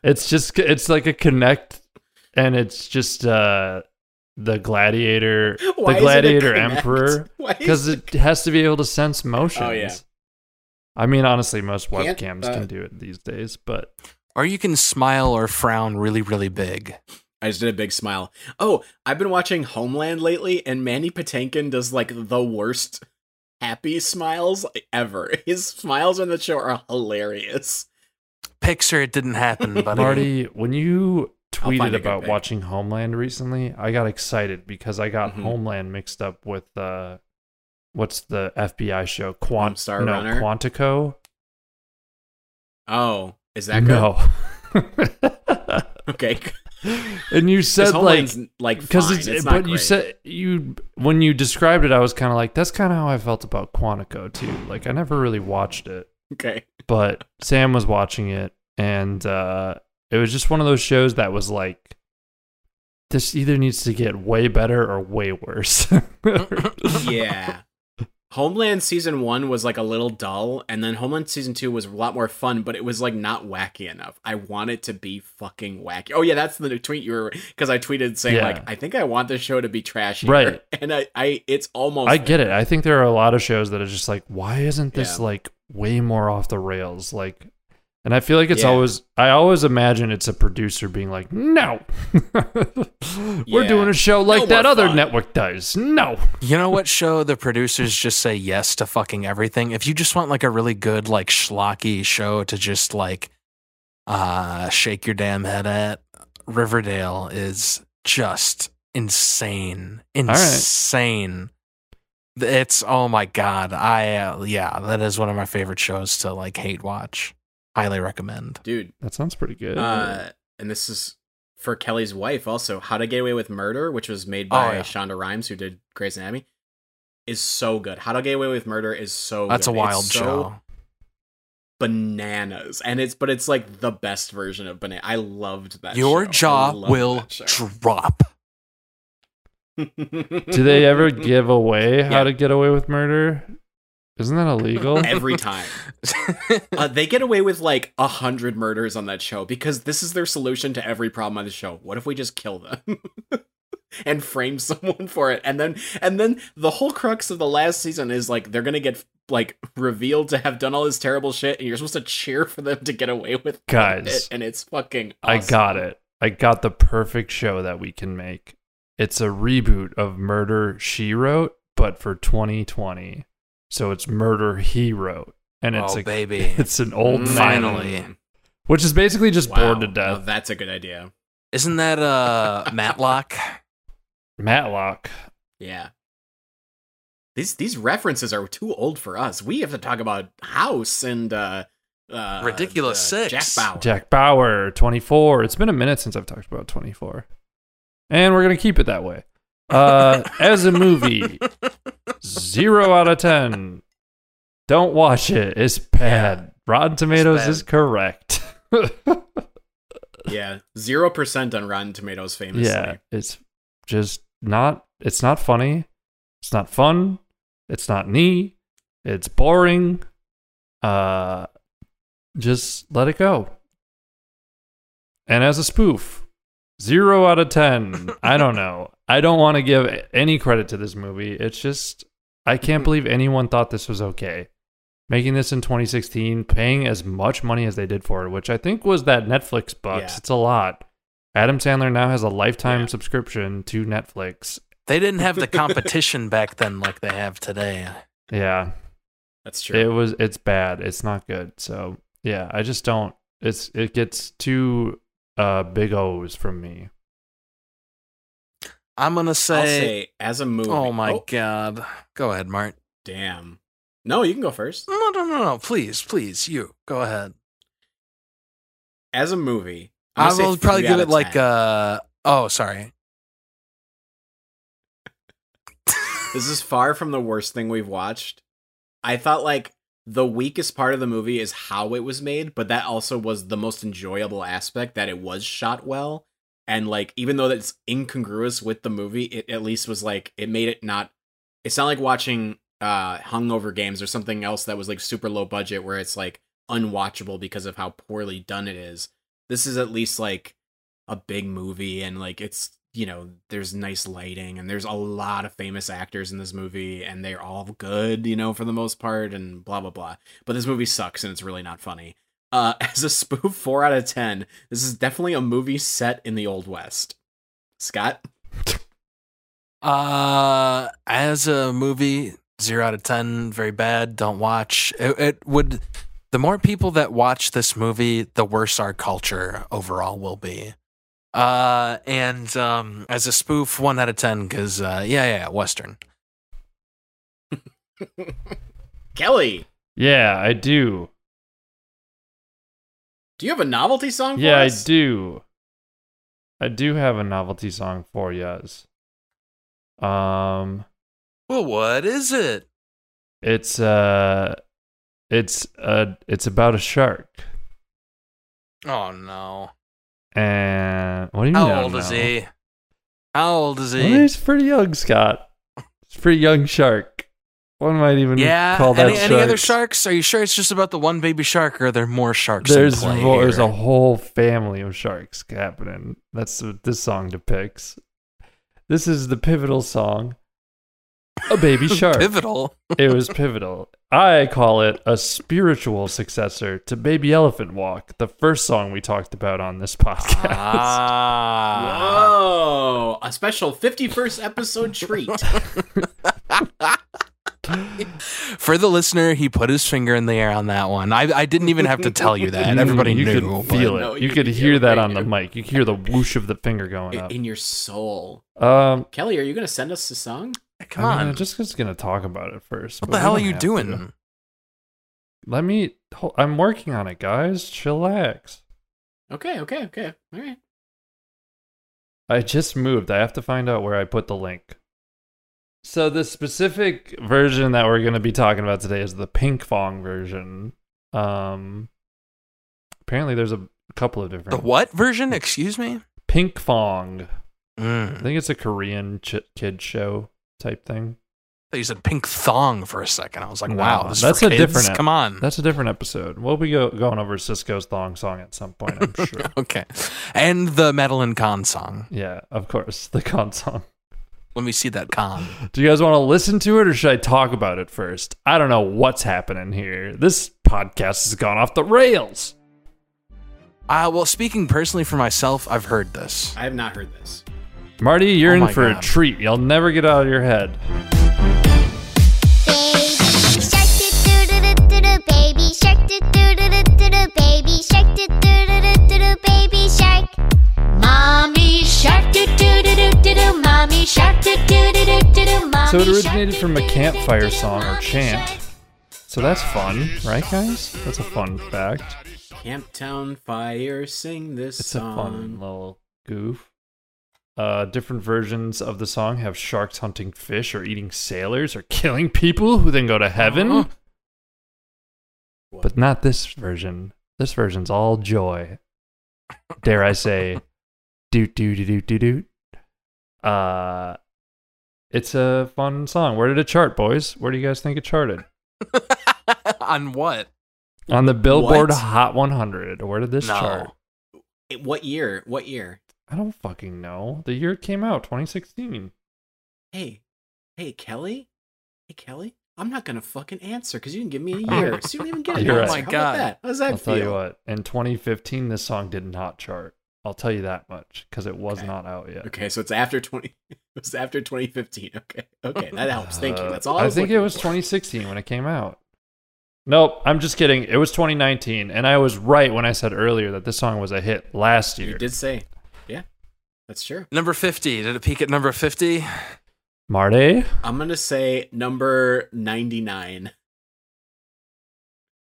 S3: It's just it's like a connect and it's just uh the gladiator
S2: Why is it
S3: the
S2: a
S3: gladiator
S2: connect?
S3: emperor
S2: [laughs] Why is
S3: cuz it has to be able to
S4: Oh,
S3: sense motions. I mean honestly most
S2: Can't,
S3: webcams
S2: uh,
S3: can do it these days, but
S4: Or you can smile or frown really, really big.
S2: I just did a big smile. Oh, I've been watching Homeland lately, and Manny Patinkin does like the worst happy smiles ever. [laughs] His smiles on the show are hilarious.
S4: Picture it didn't happen, buddy.
S3: Marty, when you
S2: I'll find a
S3: tweeted
S2: good
S3: about
S2: pic.
S3: watching Homeland recently, I got excited because I got
S2: Mhm.
S3: Homeland mixed up with uh what's the FBI show Quant
S2: Star
S3: no,
S2: Runner?
S3: Quantico?
S2: Oh, is that good?
S3: No.
S2: Okay. [laughs]
S3: [laughs] and you said like
S2: Homeland's, like
S3: because
S2: fine,
S3: it's,
S2: it's not
S3: but you
S2: great.
S3: said you when you described it, I was kind of like that's kind of how I felt about Quantico too. Like I never really watched it,
S2: okay.
S3: but Sam was watching it, and uh, it was just one of those shows that was like this either needs to get way better or way worse. [laughs]
S2: yeah. Homeland season one was like a little dull, and then Homeland season two was a lot more fun, but it was like not wacky enough. I want it to be fucking wacky. Oh yeah, that's the new tweet you were because I tweeted saying
S3: Yeah.
S2: like I think I want this show to be trashy,
S3: Right.
S2: [laughs] And I, I, it's almost
S3: I get it. I think there are a lot of shows that are just like, why isn't this
S2: Yeah.
S3: like way more off the rails? Like, and I feel like it's
S2: Yeah.
S3: always, I always imagine it's a producer being like, no, [laughs] we're
S2: Yeah.
S3: doing a show like
S2: more
S3: that other
S2: fun."
S3: network does. No.
S4: You know what show the producers just say yes to fucking everything? If you just want like a really good, like schlocky show to just like uh shake your damn head at, Riverdale is just insane.
S3: right.
S4: Insane. It's oh my god. I uh, yeah, that is one of my favorite shows to like hate watch. Highly recommend.
S2: dude.
S3: That sounds pretty good.
S2: Uh, and this is for Kelly's wife also. How to Get Away with Murder, which was made
S4: Oh,
S2: by
S4: yeah.
S2: Shonda Rhimes, who did Grey's Anatomy, is so good. How to Get Away with Murder is so
S4: That's a
S2: good. Oh, It's
S4: wild
S2: so
S4: show.
S2: Bananas, and it's but it's like the best version of banana. I loved that.
S4: Your
S2: show. I
S4: jaw
S2: loved
S4: will
S2: that show.
S4: drop. [laughs]
S3: Do
S2: [laughs]
S3: they ever give away how
S2: Yeah.
S3: to get away with murder? Isn't
S2: [laughs]
S3: that illegal?
S2: every time? Uh, they get away with like a hundred murders on that show because this is their solution to every problem on the show. What if we just kill them [laughs] and frame [laughs] someone for it? And then and then the whole crux of the last season is like they're gonna get like revealed to have done all this terrible shit, and you're supposed to cheer for them to get away with it,
S3: Guys,
S2: and it's fucking.
S3: I
S2: awesome.
S3: got it. I got the perfect show that we can make. It's a reboot of Murder She Wrote, but for 2020. So it's Murder He Wrote, and it's
S4: oh,
S3: a,
S4: baby.
S3: [laughs] it's an old man,
S4: Finally.
S3: which is basically just
S2: Wow.
S3: bored to
S2: Now
S3: death.
S2: that's a good idea.
S4: Isn't that uh Matlock?
S3: Matlock.
S2: Yeah. These these references are too old for us. We have to talk about House and uh, uh
S4: Ridiculous
S2: uh,
S4: Six.
S2: Jack Bauer.
S3: Jack Bauer, 24. It's been a minute since I've talked about 24. And we're going to keep it that way. Uh, as a movie, zero out of 10. Don't watch it. It's bad. Rotten Tomatoes
S4: bad.
S3: is correct. [laughs]
S2: Yeah, zero percent on Rotten Tomatoes, famously.
S3: yeah. It's just not, it's not funny. It's not fun. It's not neat. It's boring. Uh, just let it go. And as a spoof, zero out
S2: [laughs]
S3: of 10. I don't know. I don't want to give any credit to this movie. It's just, I
S2: Mm-hmm.
S3: can't believe anyone thought this was okay. Making this in 2016, paying as much money as they did for it, which I think was that Netflix bucks.
S2: Yeah.
S3: It's a lot. Adam Sandler now has a lifetime
S2: Yeah.
S3: subscription to Netflix.
S4: They didn't
S2: [laughs]
S4: have the competition back then like they have today.
S3: Yeah.
S2: that's
S3: It
S2: true.
S3: was it's bad. It's not good. So yeah, I just don't it's it gets two uh big O's from me.
S4: I'm gonna
S2: I'll
S4: say,
S2: say as a movie.
S4: Oh my god. Go ahead, Mart.
S2: damn. No, you can go first.
S4: No, no, no, no. Please, please, you. Go ahead.
S2: As a movie, I'm
S4: I
S2: gonna say
S4: will probably
S2: three
S4: give
S2: out
S4: it
S2: of
S4: like
S2: 10.
S4: uh oh sorry.
S2: This is far from the worst thing we've watched. I thought like the weakest part of the movie is how it was made, but that also was the most enjoyable aspect that it was shot well. And like even though that's incongruous with the movie, it at least was like it made it not it's not like watching uh hungover games or something else that was like super low budget where it's like unwatchable because of how poorly done it is. This is at least like a big movie and like it's you know there's nice lighting and there's a lot of famous actors in this movie and they're all good you know for the most part and blah blah blah but this movie sucks and it's really not funny uh [laughs] as a spoof 4 out of 10 this is definitely a movie set in the old west scott
S4: Uh, as a movie, zero out of ten, very bad. Don't watch. It, it would. The more people that watch this movie, the worse our culture overall will be. Uh, and um, as a spoof, one out of ten because uh, yeah, yeah, western.
S2: kelly
S3: Yeah, I do.
S2: do you have a novelty song for
S3: Yeah, I
S2: us?
S3: do. I do have a novelty song for yuz. Um
S4: Well, what is it?
S3: it's uh it's uh it's about a shark.
S4: Oh no!
S3: And what do you mean? I
S4: How
S3: don't
S4: old is
S3: know?
S4: he? How old is
S3: Well,
S4: he?
S3: he's pretty young, Scott. It's pretty young shark. One might even
S4: Yeah.
S3: call that
S4: Any, any other
S3: shark.
S4: sharks? Are you sure it's just about the one baby shark, or are there more sharks? in
S3: There's
S4: play
S3: vo- there's
S4: here?
S3: a whole family of sharks happening. That's what this song depicts. This is the pivotal song. A
S4: [laughs]
S3: baby shark. [laughs]
S4: pivotal.
S3: It was pivotal. I call it a spiritual successor to Baby Elephant Walk, the first song we talked about on this podcast. [laughs]
S4: Ah.
S2: Whoa! A special 51st episode treat.
S4: For the listener, he put his finger in the air on that one. I, I didn't even have to tell you that.
S3: Mm, [laughs]
S4: Everybody
S3: you
S4: knew.
S3: could feel
S4: but-
S3: it.
S2: No,
S3: you,
S2: you
S3: could
S2: could
S3: hear
S2: feel it.
S3: that
S2: They
S3: on the
S2: knew.
S3: mic. You could hear the whoosh of the finger going
S2: In-
S3: up.
S2: in your soul.
S3: Um,
S2: Kelly, are you going to send us a song?
S4: Come
S3: I mean,
S4: on.
S3: I'm just just gonna talk about it first.
S4: what
S3: but
S4: the
S3: we
S4: hell are
S3: don't
S4: you
S3: have to.
S4: doing?
S3: Let me. hol- I'm working on it, guys. Chillax.
S2: Okay, okay, okay. All right.
S3: I just moved. I have to find out where I put the link. So the specific version that we're going to be talking about today is the pink fong version. Um, apparently, there's a couple of different
S4: The what version? Excuse me?
S3: pink fong. I
S4: Mm.
S3: think it's a Korean ch- kid show type thing.
S4: You said pink thong for a second. I was like,
S3: No,
S4: wow, this is
S3: that's
S4: for
S3: a
S4: kids?
S3: different app.
S4: Come on.
S3: That's a different episode. We'll be go- going over Cisco's thong song at some point,
S4: [laughs]
S3: I'm sure.
S4: okay. And the Madeline Kahn song.
S3: yeah, of course, the con song.
S4: Let me see that Kahn.
S3: Do you guys want to listen to it or should I talk about it first? I don't know what's happening here. This podcast has gone off the rails.
S4: Uh, well, speaking personally for myself, I've heard this. [laughs]
S2: I have not heard this.
S3: Marty, you're
S4: Oh
S3: in
S4: my
S3: for a
S4: God.
S3: treat. You'll never get out of your head.
S5: baby shark do do do do do do baby shark do do do do do do baby shark do do do do do do baby shark mommy shark do do do do do do mommy shark do do do do do do mommy
S3: So it
S5: shark,
S3: originated
S5: do,
S3: from
S5: do,
S3: a
S5: do,
S3: campfire
S5: do, do,
S3: song or
S5: mommy
S3: chant.
S5: shark.
S3: So that's fun, right, guys? That's a fun fact.
S2: Camptown Fire, sing this
S3: It's a fun
S2: song.
S3: little goof. Uh, different versions of the song have sharks hunting fish or eating sailors or killing people who then go to heaven.
S4: Huh?
S3: But not this version. This version's all joy. Dare I say, [laughs] doot doot doot doot doot doot. Uh, it's a fun song. Where did it chart, boys? Where do you guys think it charted?
S4: On what?
S3: On the Billboard
S2: What?
S3: Hot 100. Where did this
S4: No.
S3: chart?
S2: It- What year? What year?
S3: I don't fucking know. The year it came out, 2016.
S2: Hey, hey, Kelly? Hey, Kelly? I'm not going to fucking answer because you didn't give
S3: [laughs]
S2: me a year. So you didn't even get an
S3: You're
S2: answer.
S3: right.
S2: How about
S4: Oh my God.
S2: that? How does that
S3: I'll
S2: feel?
S3: tell you what. In 2015, this song did not chart. I'll tell you that much because it was
S2: Okay.
S3: not out yet.
S2: Okay, so it's after 20 [laughs] it was after 2015. Okay. Okay, that helps. Oh, Thank you.
S3: Uh,
S2: That's all
S3: I,
S2: I,
S3: think it
S2: looking
S3: was
S2: for.
S3: 2016 when it came out. Nope, I'm just kidding. It was 2019, and I was right when I said earlier that this song was a hit last year.
S2: You did say. Yeah. That's true.
S4: Number 50. Did it peak at number 50?
S3: Marty,
S2: I'm going to say number 99.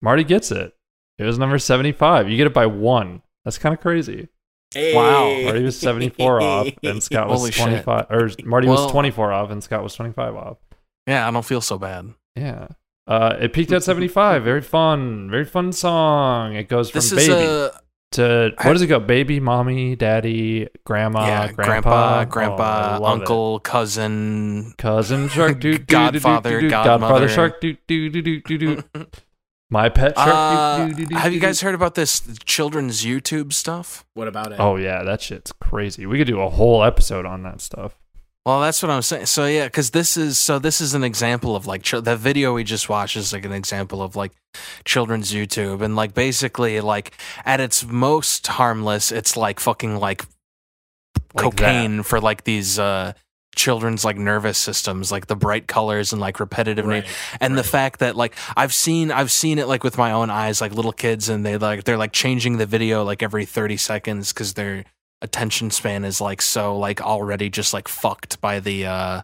S3: Marty gets it. It was number 75. You get it by one. That's kind of crazy.
S2: Hey.
S3: Marty was
S2: [laughs]
S3: 74 off, and Scott was
S4: Holy shit.
S3: 25. Or Marty
S4: Well-
S3: was 24 off, and Scott was 25 off.
S4: Yeah, I don't feel so bad.
S3: Yeah. Uh, it peaked at 75. Very fun. Very fun song. It goes from
S4: This is
S3: baby
S4: a
S3: to what does it go? Baby, mommy, daddy, grandma,
S4: yeah,
S3: Uh, grandpa,
S4: grandpa,
S3: Oh, I
S4: grandpa,
S3: love it.
S4: uncle, cousin.
S3: cousin shark, doo, doo, doo, doo,
S4: Godfather,
S3: doo, doo, godfather
S4: godmother.
S3: shark, doo, doo, doo, doo, doo,
S4: [laughs]
S3: doo. my pet shark.
S4: Uh,
S3: doo, doo, doo, doo,
S4: have you
S3: doo,
S4: guys
S3: doo.
S4: heard about this children's YouTube stuff?
S2: What about it?
S3: Oh yeah, that shit's crazy. We could do a whole episode on that stuff.
S4: Well, that's what I'm saying. So yeah, because this is so this is an example of like chil- that video we just watched is like an example of like children's YouTube and like basically like at its most harmless, it's like fucking like,
S3: Like that.
S4: cocaine for like these uh children's like nervous systems, like the bright colors and like repetitive
S2: Right,
S4: names. and the fact that like I've seen I've seen it like with my own eyes, like little kids and they like they're like changing the video like every thirty seconds because their attention span is like so like already just like fucked by the uh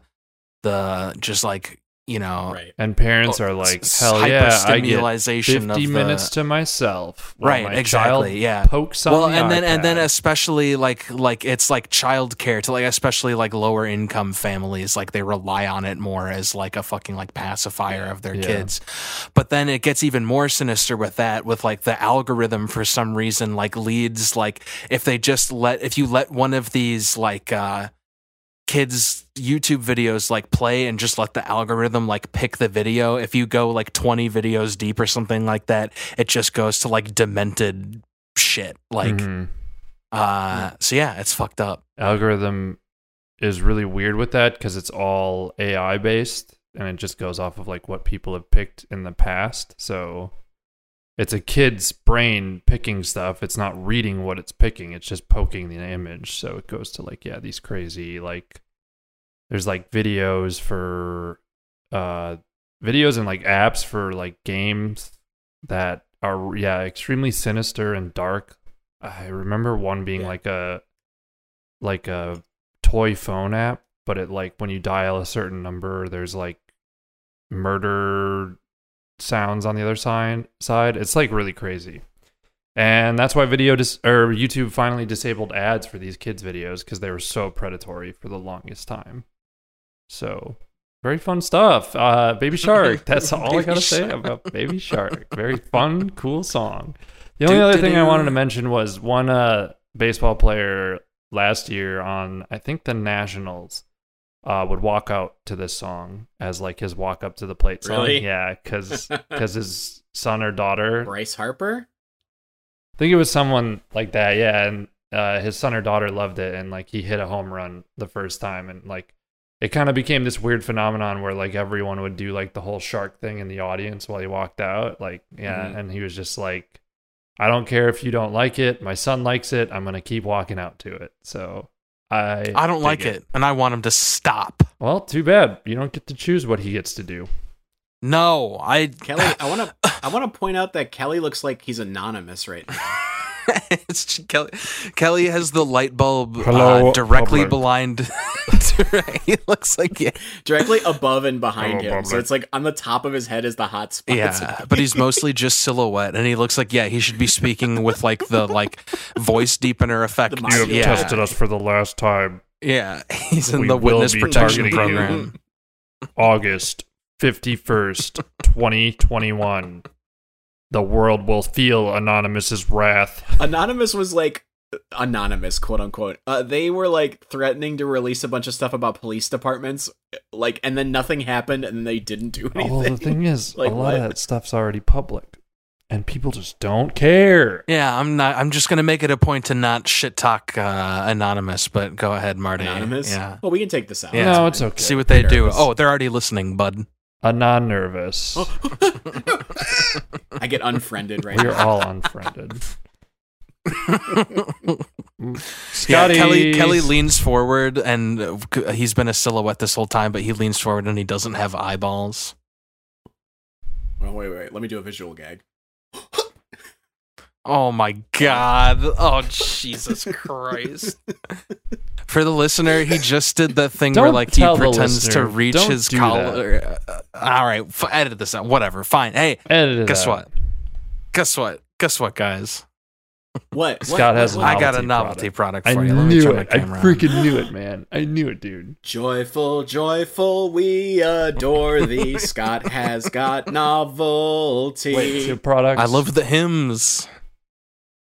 S4: the just like you know
S2: right.
S3: And parents are like, hell yeah, I get
S4: Oh, hyperstimulation of
S3: 50
S4: the-
S3: minutes to myself. while
S4: Right,
S3: my
S4: exactly,
S3: child
S4: yeah.
S3: Pokes on
S4: well,
S3: the
S4: and then and then
S3: iPad.
S4: especially like like it's like childcare to like especially like lower income families like they rely on it more as like a fucking like pacifier of their
S3: Yeah.
S4: kids. But then it gets even more sinister with that with like the algorithm for some reason like leads like if they just let if you let one of these like uh kids YouTube videos like play and just let the algorithm like pick the video. If you go like 20 videos deep or something like that, it just goes to like demented shit. Like
S3: Mhm.
S4: uh so yeah, it's fucked up.
S3: algorithm is really weird with that because it's all AI based and it just goes off of like what people have picked in the past. So it's a kid's brain picking stuff. It's not reading what it's picking. It's just poking the image. So it goes to like yeah, these crazy like there's like videos for uh videos and like apps for like games that are yeah, extremely sinister and dark. I remember one being
S2: Yeah.
S3: like a like a toy phone app, but it like when you dial a certain number, there's like murder sounds on the other side. Side, it's like really crazy, and that's why video dis- or YouTube finally disabled ads for these kids' videos because they were so predatory for the longest time. So. Very fun stuff. Uh,
S4: [laughs]
S3: Baby Shark. That's all I
S4: Baby
S3: gotta say
S4: Shark.
S3: about Baby Shark. Very fun, cool song. The only other thing I wanted to mention was one uh, baseball player last year on, I think, the Nationals uh, would walk out to this song as like his walk up to the plate song.
S2: Really?
S3: Yeah, because his son or daughter,
S2: Bryce Harper?
S3: I think it was someone like that. Yeah, and uh, his son or daughter loved it, and like he hit a home run the first time, and like it kind of became this weird phenomenon where like everyone would do like the whole shark thing in the audience while he walked out. Like yeah,
S4: Mm-hmm.
S2: Mhm.
S3: and he was just like, I don't care if you don't like it. My son likes it. I'm gonna keep walking out to it. So I
S4: I don't
S3: dig
S4: like it. and I want him to stop.
S3: Well, too bad you don't get to choose what he gets to do.
S4: No, I
S2: Kelly,
S4: [laughs]
S2: I want to I want to point out that Kelly looks like he's anonymous right now.
S4: it's Kelly. Kelly has the light bulb uh,
S3: Hello,
S4: directly
S3: public.
S4: blind. [laughs] he looks like yeah,
S2: Directly above and behind
S3: Hello,
S2: him. So
S3: Bubba.
S2: it's like on the top of his head is the hot spot.
S4: yeah, but he's mostly just silhouette, and he looks like yeah, he should be speaking with like the like voice deepener effect.
S2: The
S3: You have
S2: Yeah.
S3: tested us for the last time,
S4: Yeah, he's in
S3: We
S4: the
S3: will
S4: witness
S3: be
S4: protection
S3: targeting you.
S4: program.
S3: August 51st, 2021. The world will feel Anonymous's wrath.
S2: Anonymous was like anonymous, quote unquote. Uh, they were like threatening to release a bunch of stuff about police departments, like, and then nothing happened, and then they didn't do anything.
S3: Well, Oh, the thing
S4: [laughs]
S3: is,
S2: Like
S3: a lot of
S2: what?
S3: that stuff's already public, and people just don't care.
S4: Yeah, I'm not. I'm just gonna make it a point to not shit talk uh, anonymous. But go ahead, Marty.
S2: anonymous.
S4: eh? Yeah.
S2: Well, we can take this out.
S4: Yeah.
S3: No, it's okay.
S4: See what they do.
S2: Nervous.
S4: Oh, they're already listening, bud.
S3: Anon nervous.
S4: Oh,
S2: I get unfriended right
S3: We're
S2: now.
S3: all
S4: [laughs]
S3: unfriended.
S4: Yeah,
S3: Scotty
S4: Kelly Kelly leans forward, and uh, c- he's been a silhouette this whole time, but he leans forward and he doesn't have eyeballs.
S2: Oh, wait, wait. Let me do a visual gag.
S4: Oh my god! Oh
S3: [laughs]
S4: Jesus Christ! For the listener, he just did the thing where
S3: Don't
S4: like he
S3: tell the
S4: pretends to
S3: listener.
S4: reach
S3: Don't
S4: his
S3: do
S4: collar. Uh, all right, f- edit this out. Whatever. Fine. Hey,
S3: Edit it
S4: guess
S3: out.
S4: what? Guess what? Guess what, guys?
S2: What? What?
S3: Scott has
S2: What?
S3: an
S4: I got a
S3: Novelty
S4: novelty product,
S3: I
S4: for you. Let me
S3: knew
S4: turn my
S3: it. I
S4: camera. on.
S3: freaking knew it, man. I knew it, dude.
S2: Joyful, joyful, we adore
S4: [laughs]
S2: thee. Scott has got novelty.
S3: Wait, two products.
S4: I love the hymns.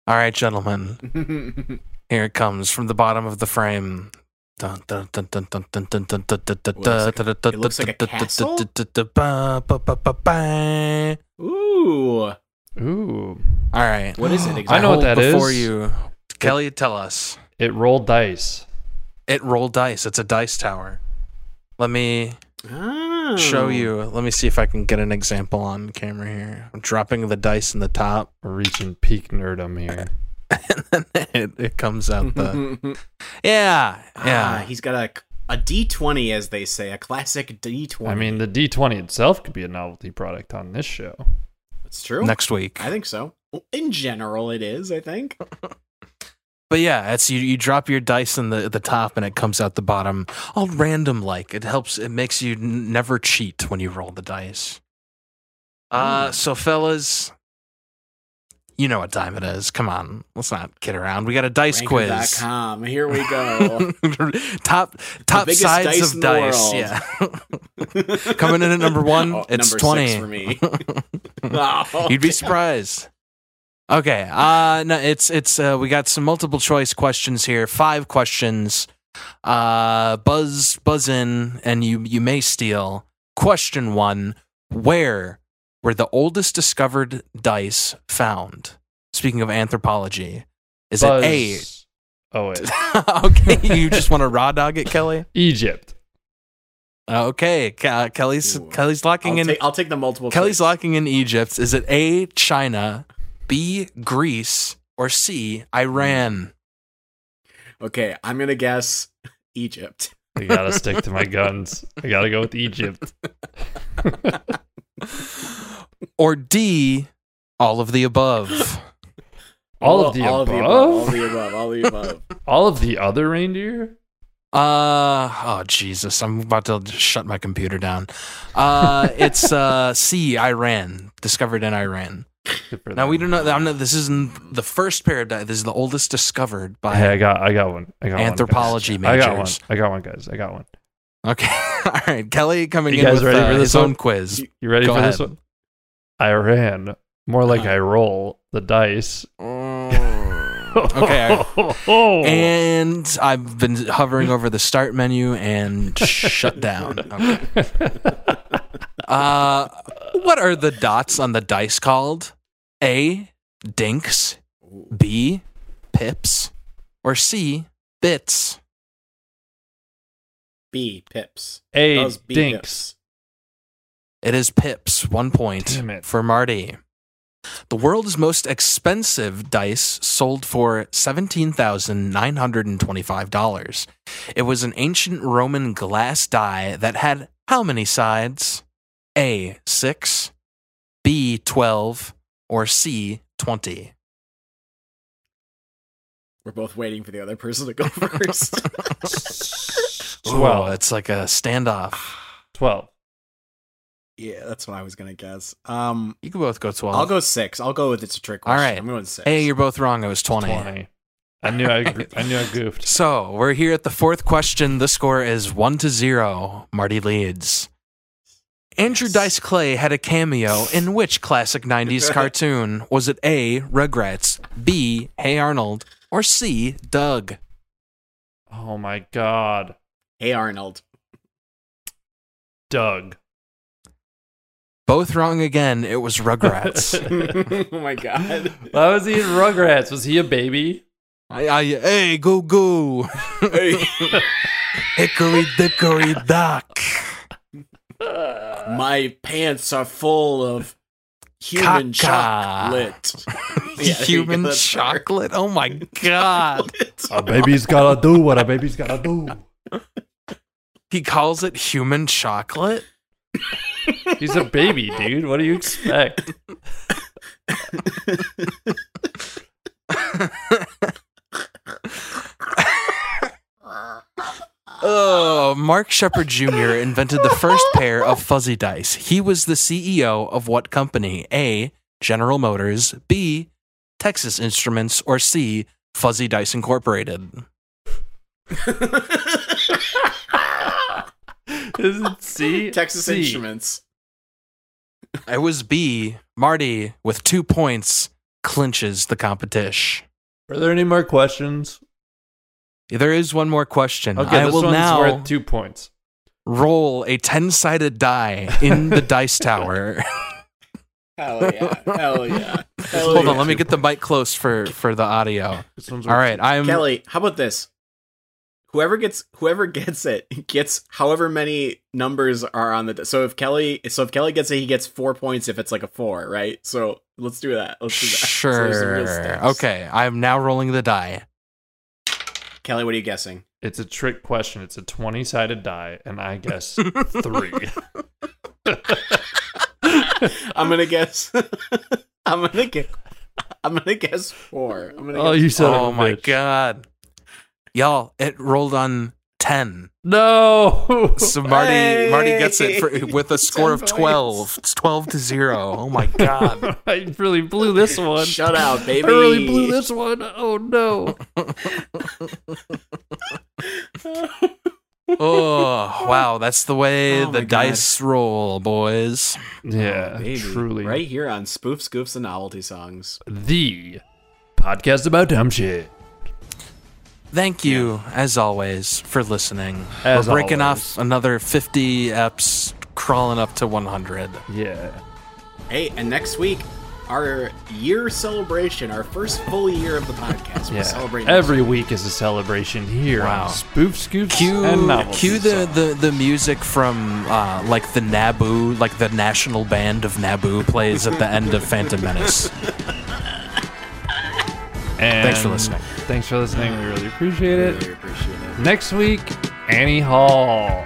S4: All right, gentlemen. Here it comes from the bottom of the frame.
S2: it looks like a castle? [laughs] Ooh.
S3: Ooh,
S4: All right.
S2: What is it exactly?
S3: I know what
S4: Hold
S3: that is.
S4: Before you, Kelly, tell us.
S3: it rolled dice.
S4: It rolled dice. It's a dice tower. Let me
S2: Oh.
S4: show you. Let me see if I can get an example on camera here. I'm dropping the dice in the top, [laughs]
S3: We're reaching peak nerdum here.
S4: and then it, it comes
S2: [laughs]
S4: out the. Yeah,
S2: yeah,
S4: yeah.
S2: Ah, he's got a a D twenty, as they say, a classic D twenty.
S3: I mean, the D twenty itself could be a novelty product on this show.
S2: it's true.
S4: Next week.
S2: I think so. Well, In general, it is. I think.
S4: But yeah, it's you, you drop your dice in the the top and it comes out the bottom all random like. It helps it makes you n- never cheat when you roll the dice.
S2: Hmm.
S4: Uh so fellas, you know what time it is. Come on. Let's not kid around. We got a dice quiz.
S2: Ranker.com. Here we go.
S4: [laughs] top top
S2: biggest
S4: sides
S2: dice in
S4: of
S2: the
S4: dice.
S2: world. [laughs]
S4: Yeah. Coming in at [laughs] number one,
S2: Oh,
S4: it's
S2: number
S4: 20.
S2: six for
S4: [laughs]
S2: me. [laughs] Oh,
S4: You'd be surprised. Okay. Uh no, it's it's uh we got some multiple choice questions here. Five questions. Uh buzz buzz in and you you may steal. Question 1. Where were the oldest discovered dice found? Speaking of anthropology, is
S3: Buzz.
S4: it A?
S3: Oh wait,
S4: [laughs] okay, you just want to raw dog it, Kelly?
S3: Egypt.
S4: Okay, Ke- uh, Kelly's
S2: Ooh.
S4: Kelly's locking
S2: I'll,
S4: in
S2: take, I'll take the multiple.
S4: Kelly's
S2: choice.
S4: locking in Egypt. Is it A, China, B, Greece, or C, Iran?
S2: Okay, I'm gonna guess Egypt.
S3: I gotta stick
S4: [laughs]
S3: to my guns. I gotta go with Egypt.
S4: Or D, all of
S3: [laughs]
S4: the above?
S3: All of the
S2: all
S3: above.
S2: all of the above, all of the
S4: [laughs]
S2: above.
S3: All of the other reindeer.
S4: Uh, oh, Jesus. I'm about to just shut my computer down. Uh,
S3: [laughs]
S4: it's uh, C, Iran, discovered in Iran.
S3: Good for
S4: Now,
S3: them.
S4: we don't know. I'm not, this isn't the first paradise. This is the oldest discovered by.
S3: Hey, I got, I got one. I got
S4: Anthropology
S3: one, guys. I got one.
S4: majors.
S3: I got one, guys. I got one.
S4: Okay. [laughs] All right. Kelly coming
S3: You
S4: in
S3: guys
S4: with
S3: ready
S4: uh,
S3: for this
S4: his
S3: one?
S4: own quiz.
S3: You [laughs] ready
S4: Go
S3: for this
S4: ahead.
S3: one?
S4: Uh-huh.
S3: Iran. More like I roll the dice. Oh. [laughs]
S4: okay. And I've been hovering over the start menu and shut down. Okay. Uh, what are the dots on the dice called? A. Dinks. B. Pips. Or C. Bits.
S2: B pips.
S3: A
S2: Those B
S3: dinks.
S2: pips.
S4: It is pips. One point
S3: Damn it.
S4: for Marty. The world's most expensive dice sold for $17,925. It was an ancient Roman glass die that had how many sides? A, 6, B, 12, or C, 20?
S2: We're both waiting for the other person to go [laughs] first.
S4: Well,
S3: Twelve.
S4: it's like a standoff.
S3: Twelve.
S2: yeah, that's what I was gonna guess. Um,
S4: You can both go 12.
S2: I'll go six. I'll go with it's a trick
S4: All
S2: question.
S4: right.
S2: I'm going six.
S4: Hey, you're both wrong. It was 20.
S3: Twenty. I knew I. gr- I [laughs] knew I goofed.
S4: So we're here at the fourth question. The score is one to zero. Marty leads. Andrew Dice Clay had a cameo in which classic 90s cartoon? Was it A, Rugrats, B, Hey Arnold, or C, Doug?
S3: Oh my god,
S2: hey
S4: [laughs]
S2: Arnold. [laughs]
S3: Doug.
S4: Both wrong again. It
S2: [laughs]
S4: was Rugrats.
S2: oh my god.
S3: Why was he in Rugrats? Was he a baby?
S4: I, I, hey, go, go. Hickory dickory dock.
S2: [laughs] My pants are full of human
S4: Caca. [laughs]
S2: chocolate.
S4: Human
S2: chocolate.
S4: [laughs] chocolate? Oh my God.
S3: A baby's gotta do what a baby's gotta do.
S4: [laughs] he calls it human chocolate?
S3: He's a baby, dude. What do you expect?
S4: Oh, Mark Shepard Jr. invented the first pair of fuzzy dice. He was the CEO of what company? A. General Motors, B. Texas Instruments, or C. Fuzzy Dice Incorporated.
S3: [laughs] Is it C?
S2: Texas
S3: C.
S2: Instruments.
S4: It was B. Marty with two points clinches the competition.
S3: Are there any more questions?
S4: There is one more question.
S3: Okay,
S4: I
S3: this
S4: will
S3: one's
S4: now
S3: worth two points.
S4: roll a ten-sided die
S2: [laughs]
S4: in the dice tower.
S2: Hell
S4: [laughs]
S2: yeah. Hell yeah. Hell
S4: Hold
S2: yeah.
S4: on, let me get the mic close for for the audio.
S3: This one's
S4: All right,
S3: Um,
S4: I'm
S2: Kelly, how about this? Whoever gets whoever [laughs] gets it gets however many numbers are on the di- so if Kelly so if Kelly gets it he gets four points if it's like a four right so let's do that let's do that So there's some real
S4: sure.
S2: stakes.
S4: okay, I'm now rolling the die.
S2: Kelly what are you guessing
S3: It's a trick question. It's a twenty-sided die, and
S2: [laughs]
S3: I guess three.
S2: I'm gonna guess [laughs] I'm gonna guess I'm gonna guess four I'm gonna
S3: oh,
S2: guess,
S3: you said.
S4: oh my god, y'all! It rolled on ten.
S3: No. [laughs]
S4: So Marty Marty gets it for,
S2: Hey!
S4: with
S2: [laughs]
S4: a score of
S2: 10 points.
S4: twelve. It's twelve to zero. Oh my god.
S2: [laughs]
S3: I really blew this one.
S2: shut out
S3: [laughs] I
S2: baby
S3: really blew this one. Oh no.
S4: oh wow, that's the way
S2: Oh my
S4: the
S2: God.
S4: dice roll, boys.
S3: Yeah,
S2: Oh, Baby,
S3: truly.
S2: right here on Spoof Scoops and Novelty Songs
S3: The podcast about dumb shit.
S4: Thank you, as always, for listening.
S3: As
S4: We're breaking
S3: always.
S4: off another 50 eps, crawling up to 100.
S3: Yeah.
S2: Hey, and next week, our year celebration, our first full year of the podcast. We're
S3: Yeah.
S2: celebrating
S3: Every week is a celebration here
S4: Wow.
S3: on Spoof Scoops
S4: Cue,
S3: and Novelty.
S4: cue the,
S3: Songs.
S4: the, the music from uh, like the Naboo, like the national band of Naboo plays at the end of Phantom Menace.
S3: And
S4: thanks for listening.
S3: Thanks for listening. We really appreciate
S2: We
S3: it.
S2: really appreciate it.
S3: Next week, Annie Hall.